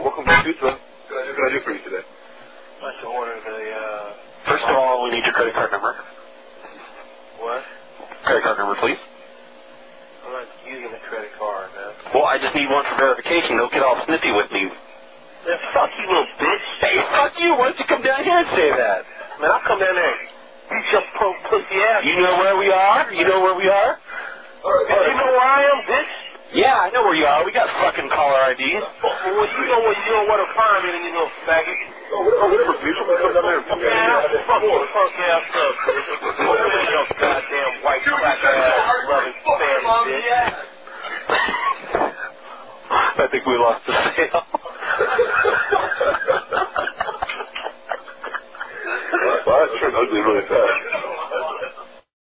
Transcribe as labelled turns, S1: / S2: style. S1: welcome to Sutra. What can I do for you today?
S2: I'd like to order the, uh...
S1: First of all, we need your credit card number.
S2: What?
S1: Credit card number, please.
S2: I'm not using the credit card, man.
S1: Well, I just need one for verification. Don't get all snippy with me.
S2: Man, fuck you, little bitch.
S1: Hey, fuck you. Why don't you come down here and say that?
S2: Man, I'll come down there and beat your punk pussy ass.
S1: You know where we are? You know where we are?
S2: Alright, man, you know where I am, bitch?
S1: Yeah, I know where you are. We got fucking caller IDs.
S2: Fuck, well, you know where you know where to find me, you little faggot.
S1: Oh, whatever, bitch. I'm gonna come down there and
S2: Man, I fuck your punk ass up. What is this, your goddamn white crack ass loving fan, bitch?
S1: I think we lost the